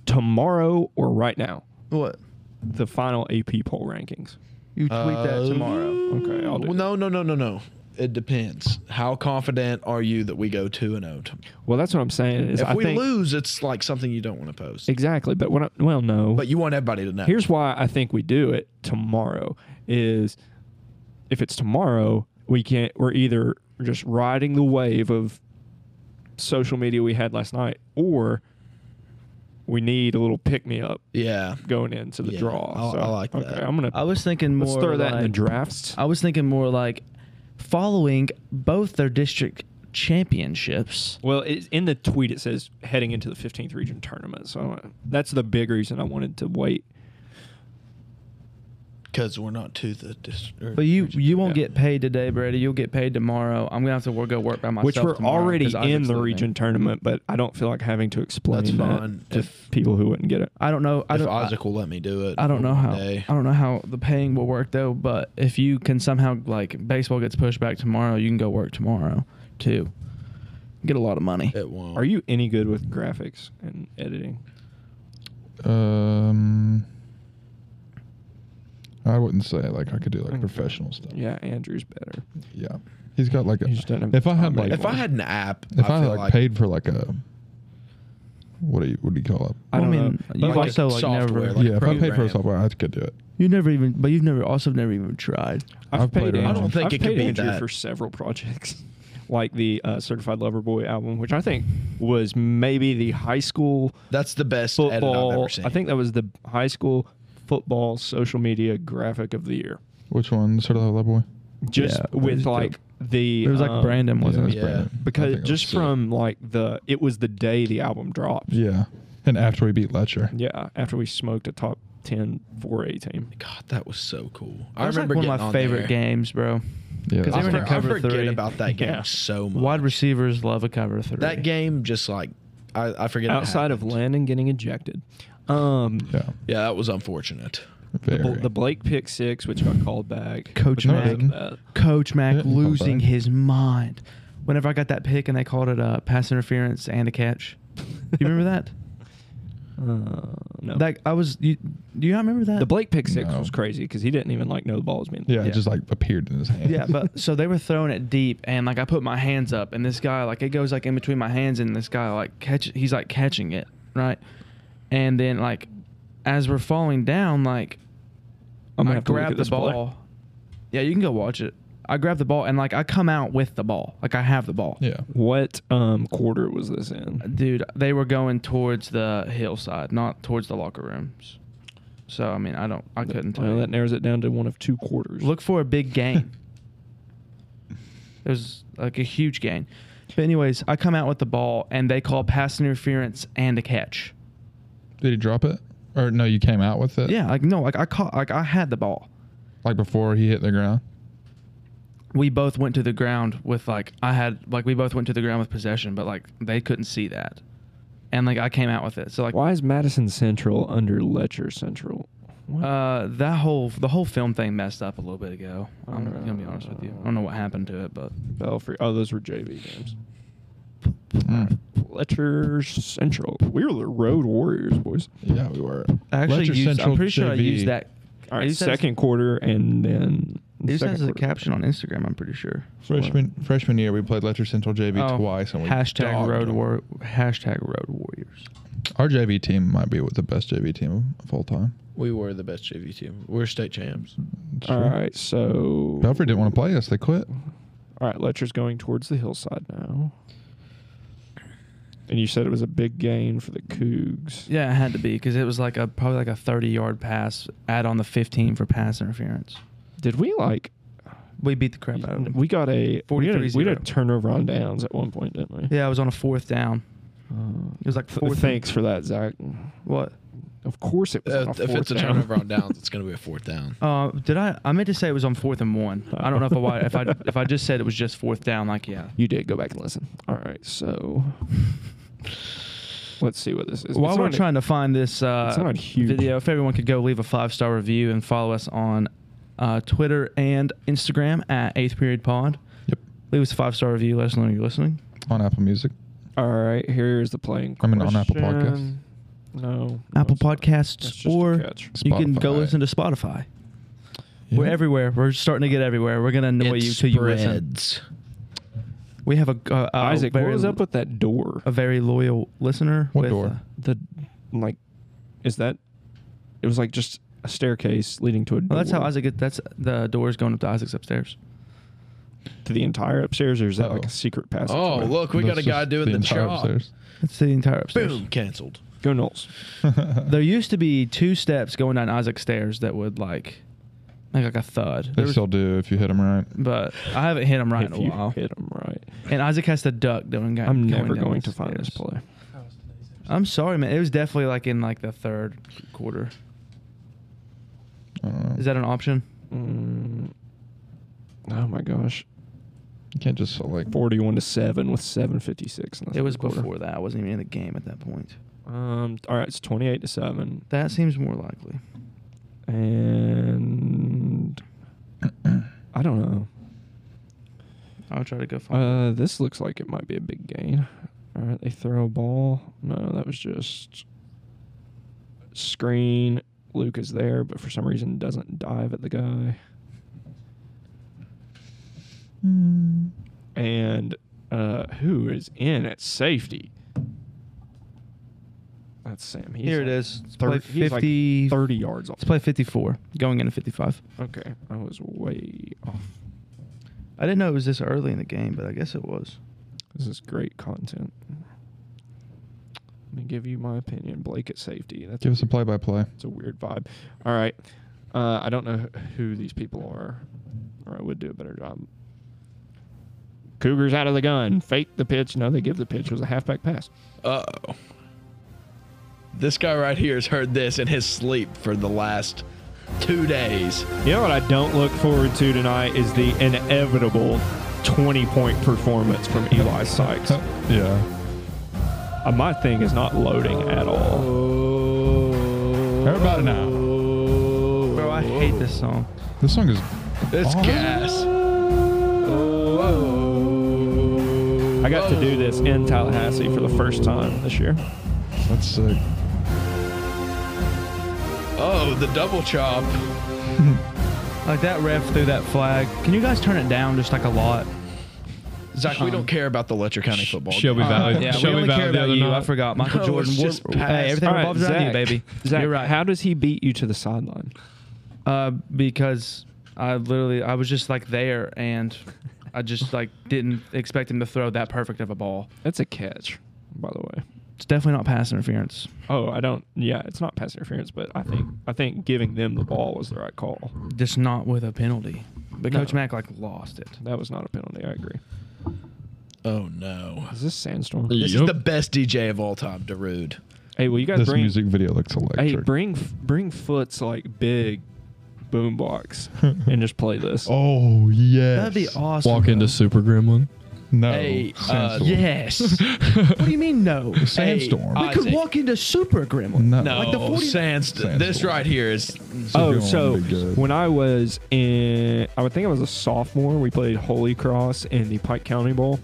S5: tomorrow or right now?
S3: What?
S5: The final AP poll rankings.
S3: You tweet that
S5: Uh,
S3: tomorrow.
S5: Okay, I'll do
S6: Well, no, no, no, no, no. It depends. How confident are you that we go two and zero? tom-
S5: Well, that's what I'm saying. Is
S6: If
S5: I
S6: we
S5: think,
S6: lose, it's like something you don't want to post.
S5: Exactly, but when I, well, no.
S6: But you want everybody to know.
S5: here's why I think we do it tomorrow is if it's tomorrow, we can't we're either just riding the wave of social media we had last night or we need a little pick me up
S6: Yeah.
S5: going into the
S6: Yeah,
S5: draw.
S6: I-
S5: so,
S6: I like
S5: okay,
S6: that.
S5: I'm gonna
S3: I was thinking more.
S5: let's throw that in the
S3: like-
S5: drafts.
S3: I was thinking more like following both their district championships.
S5: Well, it, in the tweet it says heading into the 15th region tournament, so I- that's the big reason I wanted to wait.
S6: Because we're not to the district.
S3: But you you won't
S5: Yeah.
S3: get paid today, Brady. You'll get paid tomorrow. I'm gonna have to work, go work by myself.
S5: Which we're
S3: tomorrow
S5: already
S3: 'cause
S5: in
S3: Isaac's
S5: the
S3: leaving.
S5: region tournament, but I don't feel like having to explain
S6: That's
S5: that
S6: fine.
S5: to
S6: If-
S5: people who wouldn't get it.
S3: I don't know. I
S6: if
S3: don't.
S6: Isaac will let me do it.
S3: I don't know
S6: one
S3: how
S6: day.
S3: I don't know how the paying will work though, but if you can somehow like baseball gets pushed back tomorrow, you can go work tomorrow too. Get a lot of money.
S6: It won't.
S5: Are you any good with graphics and editing?
S4: Um, I wouldn't say like I could do like professional stuff.
S5: Yeah, Andrew's better.
S4: yeah. He's got like a.
S5: He just doesn't have
S4: if I had
S5: time
S4: like,
S5: anymore.
S6: If I had an app,
S4: if I,
S6: feel
S4: like, paid for like a, what do you what do you call it?
S5: I don't
S3: mean,
S5: know.
S3: you've
S5: But, like,
S3: also like
S6: software,
S3: never.
S6: like-
S4: yeah, if I paid for
S6: program.
S4: a software, I could do it.
S3: You never even, but you've never also never even tried.
S5: I've,
S4: I've
S5: paid
S4: played around.
S5: Andrew.
S4: I don't
S6: think
S5: I've
S6: it could
S5: paid
S6: be
S5: Andrew
S6: that.
S5: for several projects, like the uh, Certified Lover Boy album, which I think was maybe the high school
S6: That's the best edit I've
S5: football.
S6: ever seen.
S5: I think that was the high school football social media graphic of the year.
S4: Which one? Sort of the level.
S5: Just
S3: Yeah, it was
S5: with
S3: dope.
S5: like the
S3: It was like
S5: um,
S3: Brandon wasn't
S6: yeah.
S3: it?
S5: because just from like the it was the day the album dropped.
S4: yeah, and after we beat Letcher,
S5: Yeah, after we smoked a top 10 4A team.
S6: God, that was so cool.
S3: That
S6: I
S3: was,
S6: remember
S3: like one
S6: getting
S3: of my
S6: on
S3: favorite
S6: there.
S3: games, bro.
S4: yeah,
S3: 'Cause
S4: that's
S3: they were
S6: I,
S3: in
S6: for-
S3: a
S4: right.
S6: I
S3: cover
S6: forget
S3: three.
S6: about that game
S5: Yeah.
S6: so much.
S3: Wide receivers love a cover three.
S6: That game just like I, I forget. it
S5: Outside of
S6: happened.
S5: Landon getting ejected. Um
S4: yeah,
S6: Yeah, that was unfortunate.
S5: the,
S4: very.
S5: Bl- the Blake pick six, which got called back.
S3: Coach
S5: because of
S4: Mack.
S5: that.
S3: Coach Mack
S4: Yeah, come
S3: losing
S4: back.
S3: his mind. Whenever I got that pick and they called it a pass interference and a catch. Do you remember that?
S5: Uh, no.
S3: That I was. You, do you not remember that?
S5: the Blake pick six
S4: No.
S5: was crazy because he didn't even like know the ball was being.
S4: yeah,
S3: yeah.
S4: it just like appeared in his hand.
S3: Yeah, but so they were throwing it deep, and like I put my hands up, and this guy like it goes like in between my hands, and this guy like catch he's like catching it right, and then like as we're falling down, like
S5: I'm
S3: I
S5: gonna have to look
S3: grab
S5: at
S3: the
S5: this play.
S3: ball. Yeah, you can go watch it. I grab the ball and like I come out with the ball, like I have the ball.
S4: yeah,
S5: What um quarter was this in?
S3: dude, they were going towards the hillside, not towards the locker rooms. So I mean, I don't, I couldn't tell.
S5: Well,
S3: you.
S5: that narrows it down to one of two quarters.
S3: Look for a big gain. it was like a huge gain. But anyways, I come out with the ball and they call pass interference and a catch.
S4: did he drop it? Or no, you came out with it.
S3: Yeah, like no, like I caught, like I had the ball.
S4: like before he hit the ground.
S3: We both went to the ground with like I had like we both went to the ground with possession, but like they couldn't see that, and like I came out with it. So like
S5: Why is Madison Central under Letcher Central? What?
S3: Uh, that whole the whole film thing messed up a little bit ago. I'm gonna be honest with you. I don't know what happened to it, but
S5: Belfry. Oh, those were JV games.
S4: Mm.
S5: Letcher Central. We were the Road Warriors, boys.
S4: Yeah, we were.
S3: I actually
S4: Letcher
S3: used. I'm
S4: Central
S3: pretty sure I
S4: JV.
S3: used that. I
S5: All right,
S3: used that as-
S5: second quarter, and then
S3: I used that
S5: second
S3: as a
S5: quarter.
S3: caption on Instagram. I'm pretty sure.
S4: freshman freshman year. We played Letcher Central JV
S3: Oh,
S4: twice, and we
S3: hashtag
S4: dogged
S3: road
S4: them.
S3: war hashtag road warriors.
S4: Our JV team might be the best JV team of all time.
S6: We were the best JV team. We're state champs.
S5: All right, so
S4: Belfry didn't want to play us. They quit.
S5: All right, Letcher's going towards the hillside now. And you said it was a big gain for the Cougs.
S3: Yeah, it had to be because it was like a probably like a 30 yard pass. Add on the 15 for pass interference.
S5: Did we like?
S3: We beat the crap out of them.
S5: We got a we had a, we had a
S3: 43-0.
S5: turnover on downs at one point, didn't we?
S3: yeah, I was on a fourth down. It was like
S5: Th-
S3: fourth. and-
S5: thanks for that, Zach.
S3: What?
S5: Of course it was. on
S6: Uh,
S5: a
S6: if
S5: fourth
S6: it's a
S5: down.
S6: turnover on downs, it's going to be a fourth down.
S3: Uh, did I? I meant to say it was on fourth and one. I don't know if I wa- if I if I just said it was just fourth down. Like yeah.
S5: you did go back and listen. All right, so let's see what this is.
S3: While
S5: It's
S3: we're
S5: not a-
S3: trying to find this
S5: It's
S3: uh,
S5: not huge.
S3: video, if everyone could go leave a five star review and follow us on uh, Twitter and Instagram at Eighth Period Pod.
S4: Yep.
S3: Leave us a five star review. Let us know you're listening.
S4: On Apple Music.
S5: All right, here's the playing.
S4: I mean, on Apple Podcasts.
S5: question. No, no,
S3: Apple
S5: it's not. That's
S3: Podcasts
S5: just a
S3: or
S5: catch.
S3: you can go
S4: Spotify.
S3: listen to Spotify.
S4: Yeah.
S3: We're everywhere. We're starting to get everywhere. We're gonna annoy
S6: It
S3: you till you listen.
S6: spreads.
S3: We have a uh, uh,
S5: Isaac,
S3: very,
S5: what was up with that door?
S3: a very loyal listener.
S4: What
S3: with,
S4: door?
S3: uh,
S5: the like is that it was like just a staircase leading to a door.
S3: well, that's how Isaac. Get, that's the doors going up to Isaac's upstairs.
S5: to the entire upstairs, or is that like
S4: Uh-oh.
S5: a secret passage?
S6: Oh, look, we got a
S4: That's
S6: guy
S4: just
S6: doing the,
S4: entire
S6: job.
S4: upstairs.
S3: That's the entire upstairs.
S6: Boom, canceled.
S5: go Knowles.
S3: There used to be two steps going down Isaac's stairs that would like make like a thud. There
S4: They
S3: was-
S4: still do if you hit them right.
S3: but I haven't hit him right
S5: if
S3: in a
S5: you
S3: while.
S5: hit 'em right,
S3: And Isaac has to duck doing guy. going
S5: I'm never
S3: down
S5: going
S3: the
S5: to find this
S3: stairs.
S5: play.
S3: I'm sorry, man. It was definitely like in like the third quarter.
S4: I don't know.
S3: Is that an option?
S5: Mm. Oh my gosh,
S4: you can't just like
S5: forty-one to seven with seven fifty-six.
S3: It was before that. I wasn't even in the game at that point.
S5: Um. All right, it's twenty-eight to seven,
S3: That seems more likely.
S5: and I don't know.
S3: I'll try to go find.
S5: Uh, this looks like it might be a big gain. All right, they throw a ball. No, that was just screen. Luke is there, but for some reason doesn't dive at the guy. And uh, who is in at safety? That's Sam. He's
S3: Here it
S5: like
S3: is. Let's
S5: thir-
S3: play
S5: he's like
S3: 50
S5: thirty yards off. Oh.
S3: Let's play 54, going into 55.
S5: Okay, I was way off.
S3: I didn't know it was this early in the game, but I guess it was.
S5: This is great content. Let me give you my opinion. Blake at safety. That's
S4: give us a play by play.
S5: It's a weird vibe. All right. Uh, I don't know who these people are, or I would do a better job. Cougars out of the gun. Fake the pitch. No, they give the pitch. It was a halfback pass.
S6: Uh oh. This guy right here has heard this in his sleep for the last two days.
S5: You know what I don't look forward to tonight is the inevitable 20 point performance from Eli Sykes.
S4: yeah.
S5: Uh, my thing is not loading at all.
S4: Everybody now.
S3: Bro, I hate this song.
S4: This song is.
S6: It's
S4: Oh.
S6: gas.
S5: I got to do this in Tallahassee for the first time this year.
S4: That's sick.
S6: Oh, the double chop.
S3: Like that ref threw that flag. Can you guys turn it down just like a lot?
S6: Zach, we don't care about the Letcher County football.
S7: Shelby
S6: game.
S7: Valley.
S3: Uh, Yeah, we
S7: Shelby
S3: only care
S7: Valley the
S3: about
S7: other
S3: you. I
S7: night.
S3: forgot. Michael
S6: No,
S3: Jordan.
S6: it's
S3: We're-
S6: just
S3: hey,
S6: past.
S3: everything
S5: All right,
S3: revolves around you,
S5: Zach.
S3: baby.
S5: Zach,
S3: You're right.
S5: How does he beat you to the sideline?
S3: Uh, because I literally, I was just like there, and I just like didn't expect him to throw that perfect of a ball.
S5: That's a catch, by the way.
S3: It's definitely not pass interference.
S5: Oh, I don't. Yeah, it's not pass interference, but I think I think giving them the ball was the right call.
S3: Just not with a penalty. But
S5: No.
S3: Coach Mack like lost it.
S5: That was not a penalty. I agree.
S6: Oh no.
S5: Is this sandstorm?
S6: This
S7: Yup.
S6: is the best DJ of all time, Darude.
S5: Hey, will you guys
S4: This
S5: bring?
S4: music video looks electric.
S5: hey, bring bring Foot's like big boombox and just play this.
S4: Oh yes.
S3: That'd be awesome.
S7: Walk into
S3: though.
S7: Super Gremlin.
S4: No.
S6: Hey, uh,
S4: Oh, sandstorm.
S3: Yes. what do you mean no?
S4: Sandstorm.
S6: Hey,
S3: We could
S6: Isaac.
S3: walk into Super Gremlin.
S4: no.
S5: uh,
S6: No,
S3: Like the 40
S6: Sandstorm. This
S4: Sandstorm.
S6: right here is
S5: Oh,
S4: Super
S5: so
S4: Gremlin would be good.
S5: when I was in, I would think I was a sophomore. We played Holy Cross in the Pike County Bowl.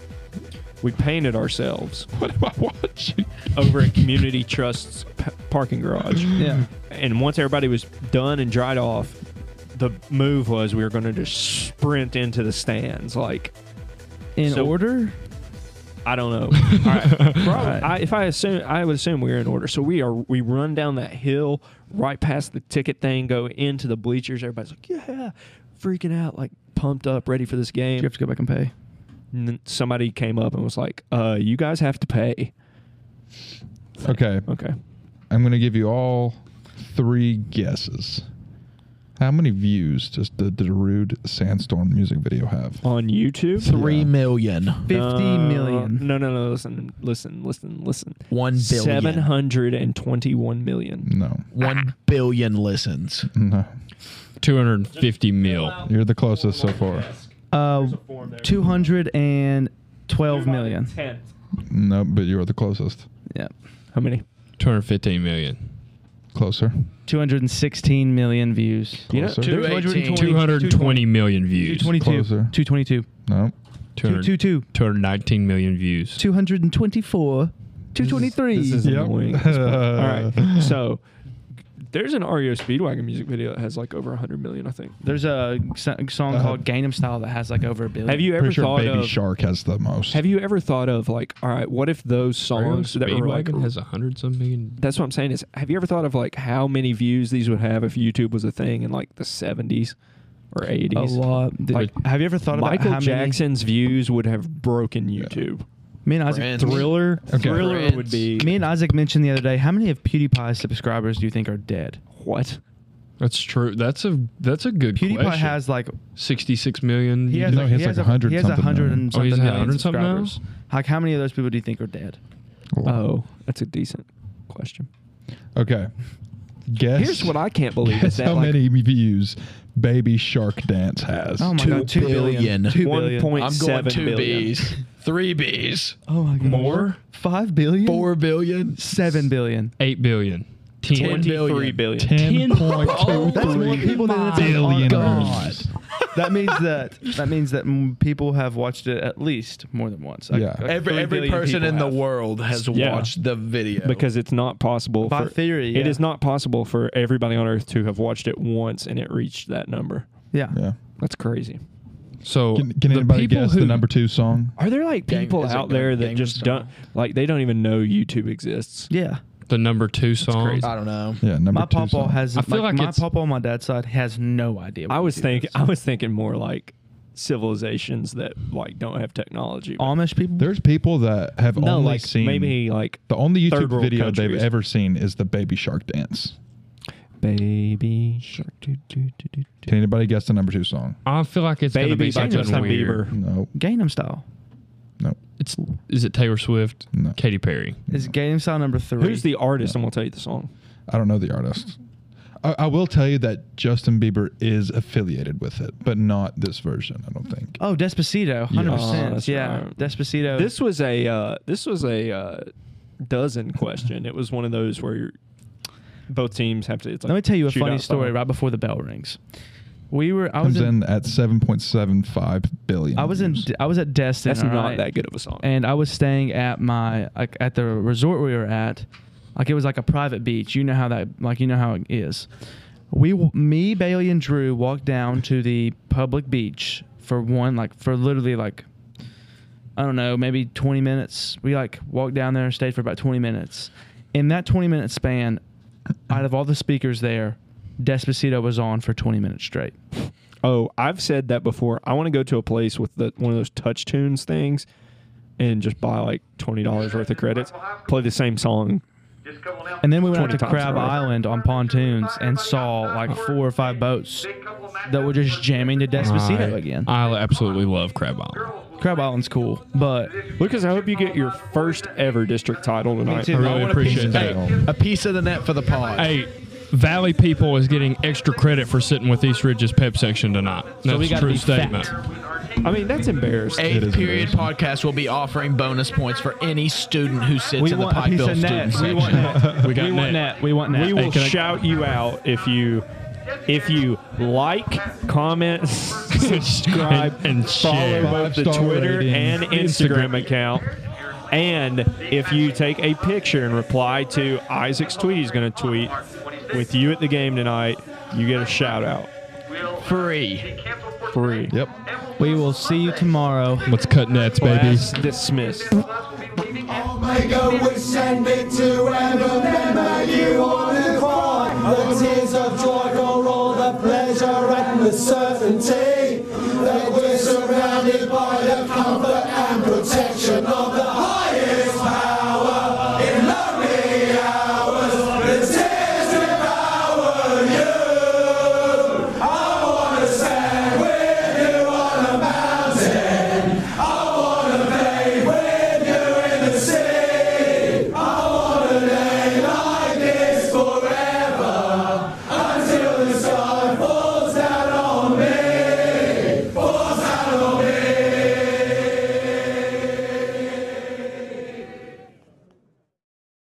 S5: We painted ourselves. What am I watching? Over at Community Trust's p- parking garage.
S3: Yeah.
S5: And once everybody was done and dried off, the move was we were going to just sprint into the stands. Like,
S3: In
S5: So-
S3: order?
S5: I don't know. All right. Probably-
S3: Right.
S5: I, if I assume, I would assume we were in order. So we are. We run down that hill, right past the ticket thing, go into the bleachers. Everybody's like, "Yeah," freaking out, like pumped up, ready for this
S3: Do
S5: game.
S3: you have to go back and pay?
S5: And then somebody came up and was like, "Uh, you guys have to pay."
S4: Okay,
S5: Okay.
S4: I'm gonna give you all three guesses. How many views does the Darude Sandstorm music video have?
S5: On YouTube,
S4: Yeah.
S6: three million.
S3: Fifty
S5: Uh,
S3: million.
S5: No, no, no. Listen, listen, listen, listen.
S6: One billion.
S5: Seven hundred and twenty-one million.
S4: No,
S6: One billion listens.
S4: no.
S7: 250 mil.
S4: You're the closest so far.
S3: Uh, two hundred and twelve million.
S4: No, but you are the closest.
S3: Yeah,
S5: How many?
S7: 215 million.
S4: Closer.
S3: two hundred and sixteen million views.
S5: You know,
S4: Closer.
S6: two- 218.
S7: 220 million views.
S3: Two twenty-two.
S4: Closer.
S3: Two twenty-two.
S7: 200
S3: Two two.
S7: 219 million views.
S3: Two hundred and twenty-four. Two twenty-three.
S5: This is
S4: Yep.
S5: annoying. at this point. All right. So there's an REO Speedwagon music video that has like over 100 million, I think.
S3: There's a so- song called Gangnam Style that has like over a billion.
S5: Have you ever
S4: Pretty sure
S5: thought
S4: Baby
S5: of
S4: Shark has the most.
S5: Have you ever thought of like, all right, what if those
S4: E
S5: songs that were like
S7: Speedwagon has 100 some million.
S5: That's what I'm saying is have you ever thought of like how many views these would have if YouTube was a thing in like the 70s or 80s.
S3: a lot. Did-
S5: Like,
S3: have you ever thought about
S5: Michael
S3: how many-
S5: Jackson's views would have broken YouTube.
S3: me and Isaac
S6: Friends.
S5: Thriller,
S4: Okay.
S5: Thriller
S6: Friends.
S5: would be
S3: Me and Isaac mentioned the other day, how many of PewDiePie's subscribers do you think are dead?
S5: what?
S7: That's true. That's a that's a good
S3: PewDiePie
S7: question.
S3: has like
S7: sixty six million.
S3: he
S7: you
S3: has
S4: know
S3: like,
S4: he has
S3: he has
S4: like
S3: a-
S4: 100
S3: he has a
S4: something
S3: hundred
S4: now.
S3: and
S7: Oh,
S3: something
S7: he's at
S3: million
S7: 100 something now?
S3: subscribers. Like how many of those people do you think are dead?
S5: Oh, that's a decent question.
S4: Okay. Guess.
S5: Here's what I can't believe is
S4: guess
S5: that
S4: how
S5: like
S4: many views Baby Shark Dance has?
S3: Oh my
S6: Two
S3: god, two billion.
S6: billion.
S3: Two
S5: one
S3: billion.
S5: point
S6: I'm going
S5: seven
S6: two
S5: billion.
S6: B's, three B's,
S3: Oh my god.
S7: More?
S3: Five billion?
S6: four billion,
S3: Seven billion.
S7: Eight billion. Ten.
S6: Ten billion.
S5: Three billion.
S4: 10.23
S3: That's more people than it's on
S4: billion
S3: God.
S4: views.
S3: that means that that means that mm, people have watched it at least more than once. Like-
S4: Yeah.
S3: like
S6: Every
S3: three
S6: every
S3: billion
S6: person
S3: people
S6: in
S3: have.
S6: the world has
S5: Yeah.
S6: watched the video
S5: Because it's not possible.
S3: By
S5: for,
S3: theory,
S5: it
S3: yeah.
S5: is not possible for everybody on Earth to have watched it once and it reached that number.
S3: Yeah.
S4: Yeah.
S5: That's crazy.
S7: So
S4: Can, can
S7: the
S4: anybody
S7: people
S4: guess
S7: who,
S4: the number two song?
S5: Are there like
S6: Gang-
S5: people
S6: is it
S5: out
S6: Gang-
S5: there that
S6: Gangnam
S5: just
S6: Style?
S5: don't like they don't even know YouTube exists?
S3: Yeah.
S7: The number two song.
S5: crazy.
S6: I don't know.
S4: Yeah, number
S3: My
S4: two.
S3: papa
S4: song.
S3: has
S7: I feel
S3: like,
S7: like
S3: my
S7: it's-
S3: papa on my dad's side has no idea.
S5: I
S3: what
S5: was
S3: YouTube
S5: thinking
S3: is.
S5: I was thinking more like civilizations that like don't have technology. but-
S3: Amish people.
S4: There's people that have
S5: no,
S4: only
S5: like
S4: seen
S5: maybe like
S4: the only
S5: third
S4: YouTube
S5: world
S4: video they've
S5: countries.
S4: ever seen is the Baby Shark Dance.
S5: baby shark doo, doo, doo, doo, doo.
S4: Can anybody guess the number two song?
S7: I feel like it's gonna
S5: baby
S7: be
S5: by
S7: something
S5: Justin
S7: weird.
S5: Bieber.
S4: No,
S3: Gangnam Style.
S4: no.
S7: It's is it Taylor Swift?
S4: No.
S7: Katy Perry.
S4: Mm.
S3: Is Gangnam Style number three?
S5: Who's the artist? And we'll tell you the song.
S4: I don't know the artist. I, I will tell you that Justin Bieber is affiliated with it, but not this version. I don't think.
S3: Oh, Despacito, hundred
S5: Oh,
S3: percent.
S5: that's
S3: Yeah,
S5: right.
S3: Despacito.
S5: This was a uh, this was a uh, dozen question. it was one of those where you're, both teams have to. It's like
S3: Let me tell you a
S5: shoot
S3: funny
S5: outside.
S3: story. Right before the bell rings, we were. I was
S4: Comes
S3: in.
S4: in at seven point seven five billion.
S3: I was in.
S4: views.
S3: I was at Destin.
S5: That's
S3: all
S5: not
S3: right?
S5: that good of a song.
S3: And I was staying at my like at the resort we were at. Like it was like a private beach. You know how that like you know how it is. We w- me Bailey and Drew walked down to the public beach for one like for literally like I don't know, maybe 20 minutes. We like walked down there and stayed for about 20 minutes. In that 20 minute span, out of all the speakers there, Despacito was on for 20 minutes straight.
S5: oh, I've said that before. I want to go to a place with the, one of those touch tunes things, and just buy like twenty dollars worth of credits, play the same song.
S3: And then we went out
S5: 20
S3: to
S5: times
S3: Crab
S5: in a row.
S3: Island on pontoons and saw like four or five boats that were just jamming to Despacito
S7: I,
S3: again.
S7: I absolutely love Crab Island.
S3: Crab Island's cool, but
S5: Lucas, I hope you get your first ever district title tonight.
S3: too.
S7: I
S3: I
S7: really
S3: want
S7: appreciate
S4: piece of
S7: that.
S4: that.
S6: Hey, a piece of the net for the pod.
S7: Hey, Valley People is getting extra credit for sitting with East Ridge's pep section tonight. That's
S3: we
S7: a
S3: gotta
S7: true
S3: be fat.
S7: statement.
S5: I mean, that's embarrassing.
S4: It
S6: Eighth
S4: is
S6: period
S4: amazing.
S6: podcast will be offering bonus points for any student who sits
S3: we
S6: in the
S3: want a piece
S6: Pikeville
S3: of
S6: student
S3: net. We
S6: section.
S3: want net.
S7: We got
S3: We want
S7: net.
S3: net. We want net.
S5: We will
S7: can I-
S5: shout you out if you if you like, comment, subscribe,
S7: And- and
S5: follow
S7: share.
S5: both the
S4: Five-star
S5: Twitter
S4: rating.
S5: and Instagram, account. And if you take a picture and reply to Isaac's tweet, he's going to tweet with you at the game tonight. You get a shout out.
S6: Free.
S5: Free.
S4: Yep.
S3: We will see you tomorrow.
S7: Let's cut nets, baby.
S5: Class dismissed.
S8: Omega would send me to heaven. Remember you wanna cry. The tears of joy for all the pleasure and the certainty that we're surrounded by the comfort and protection of the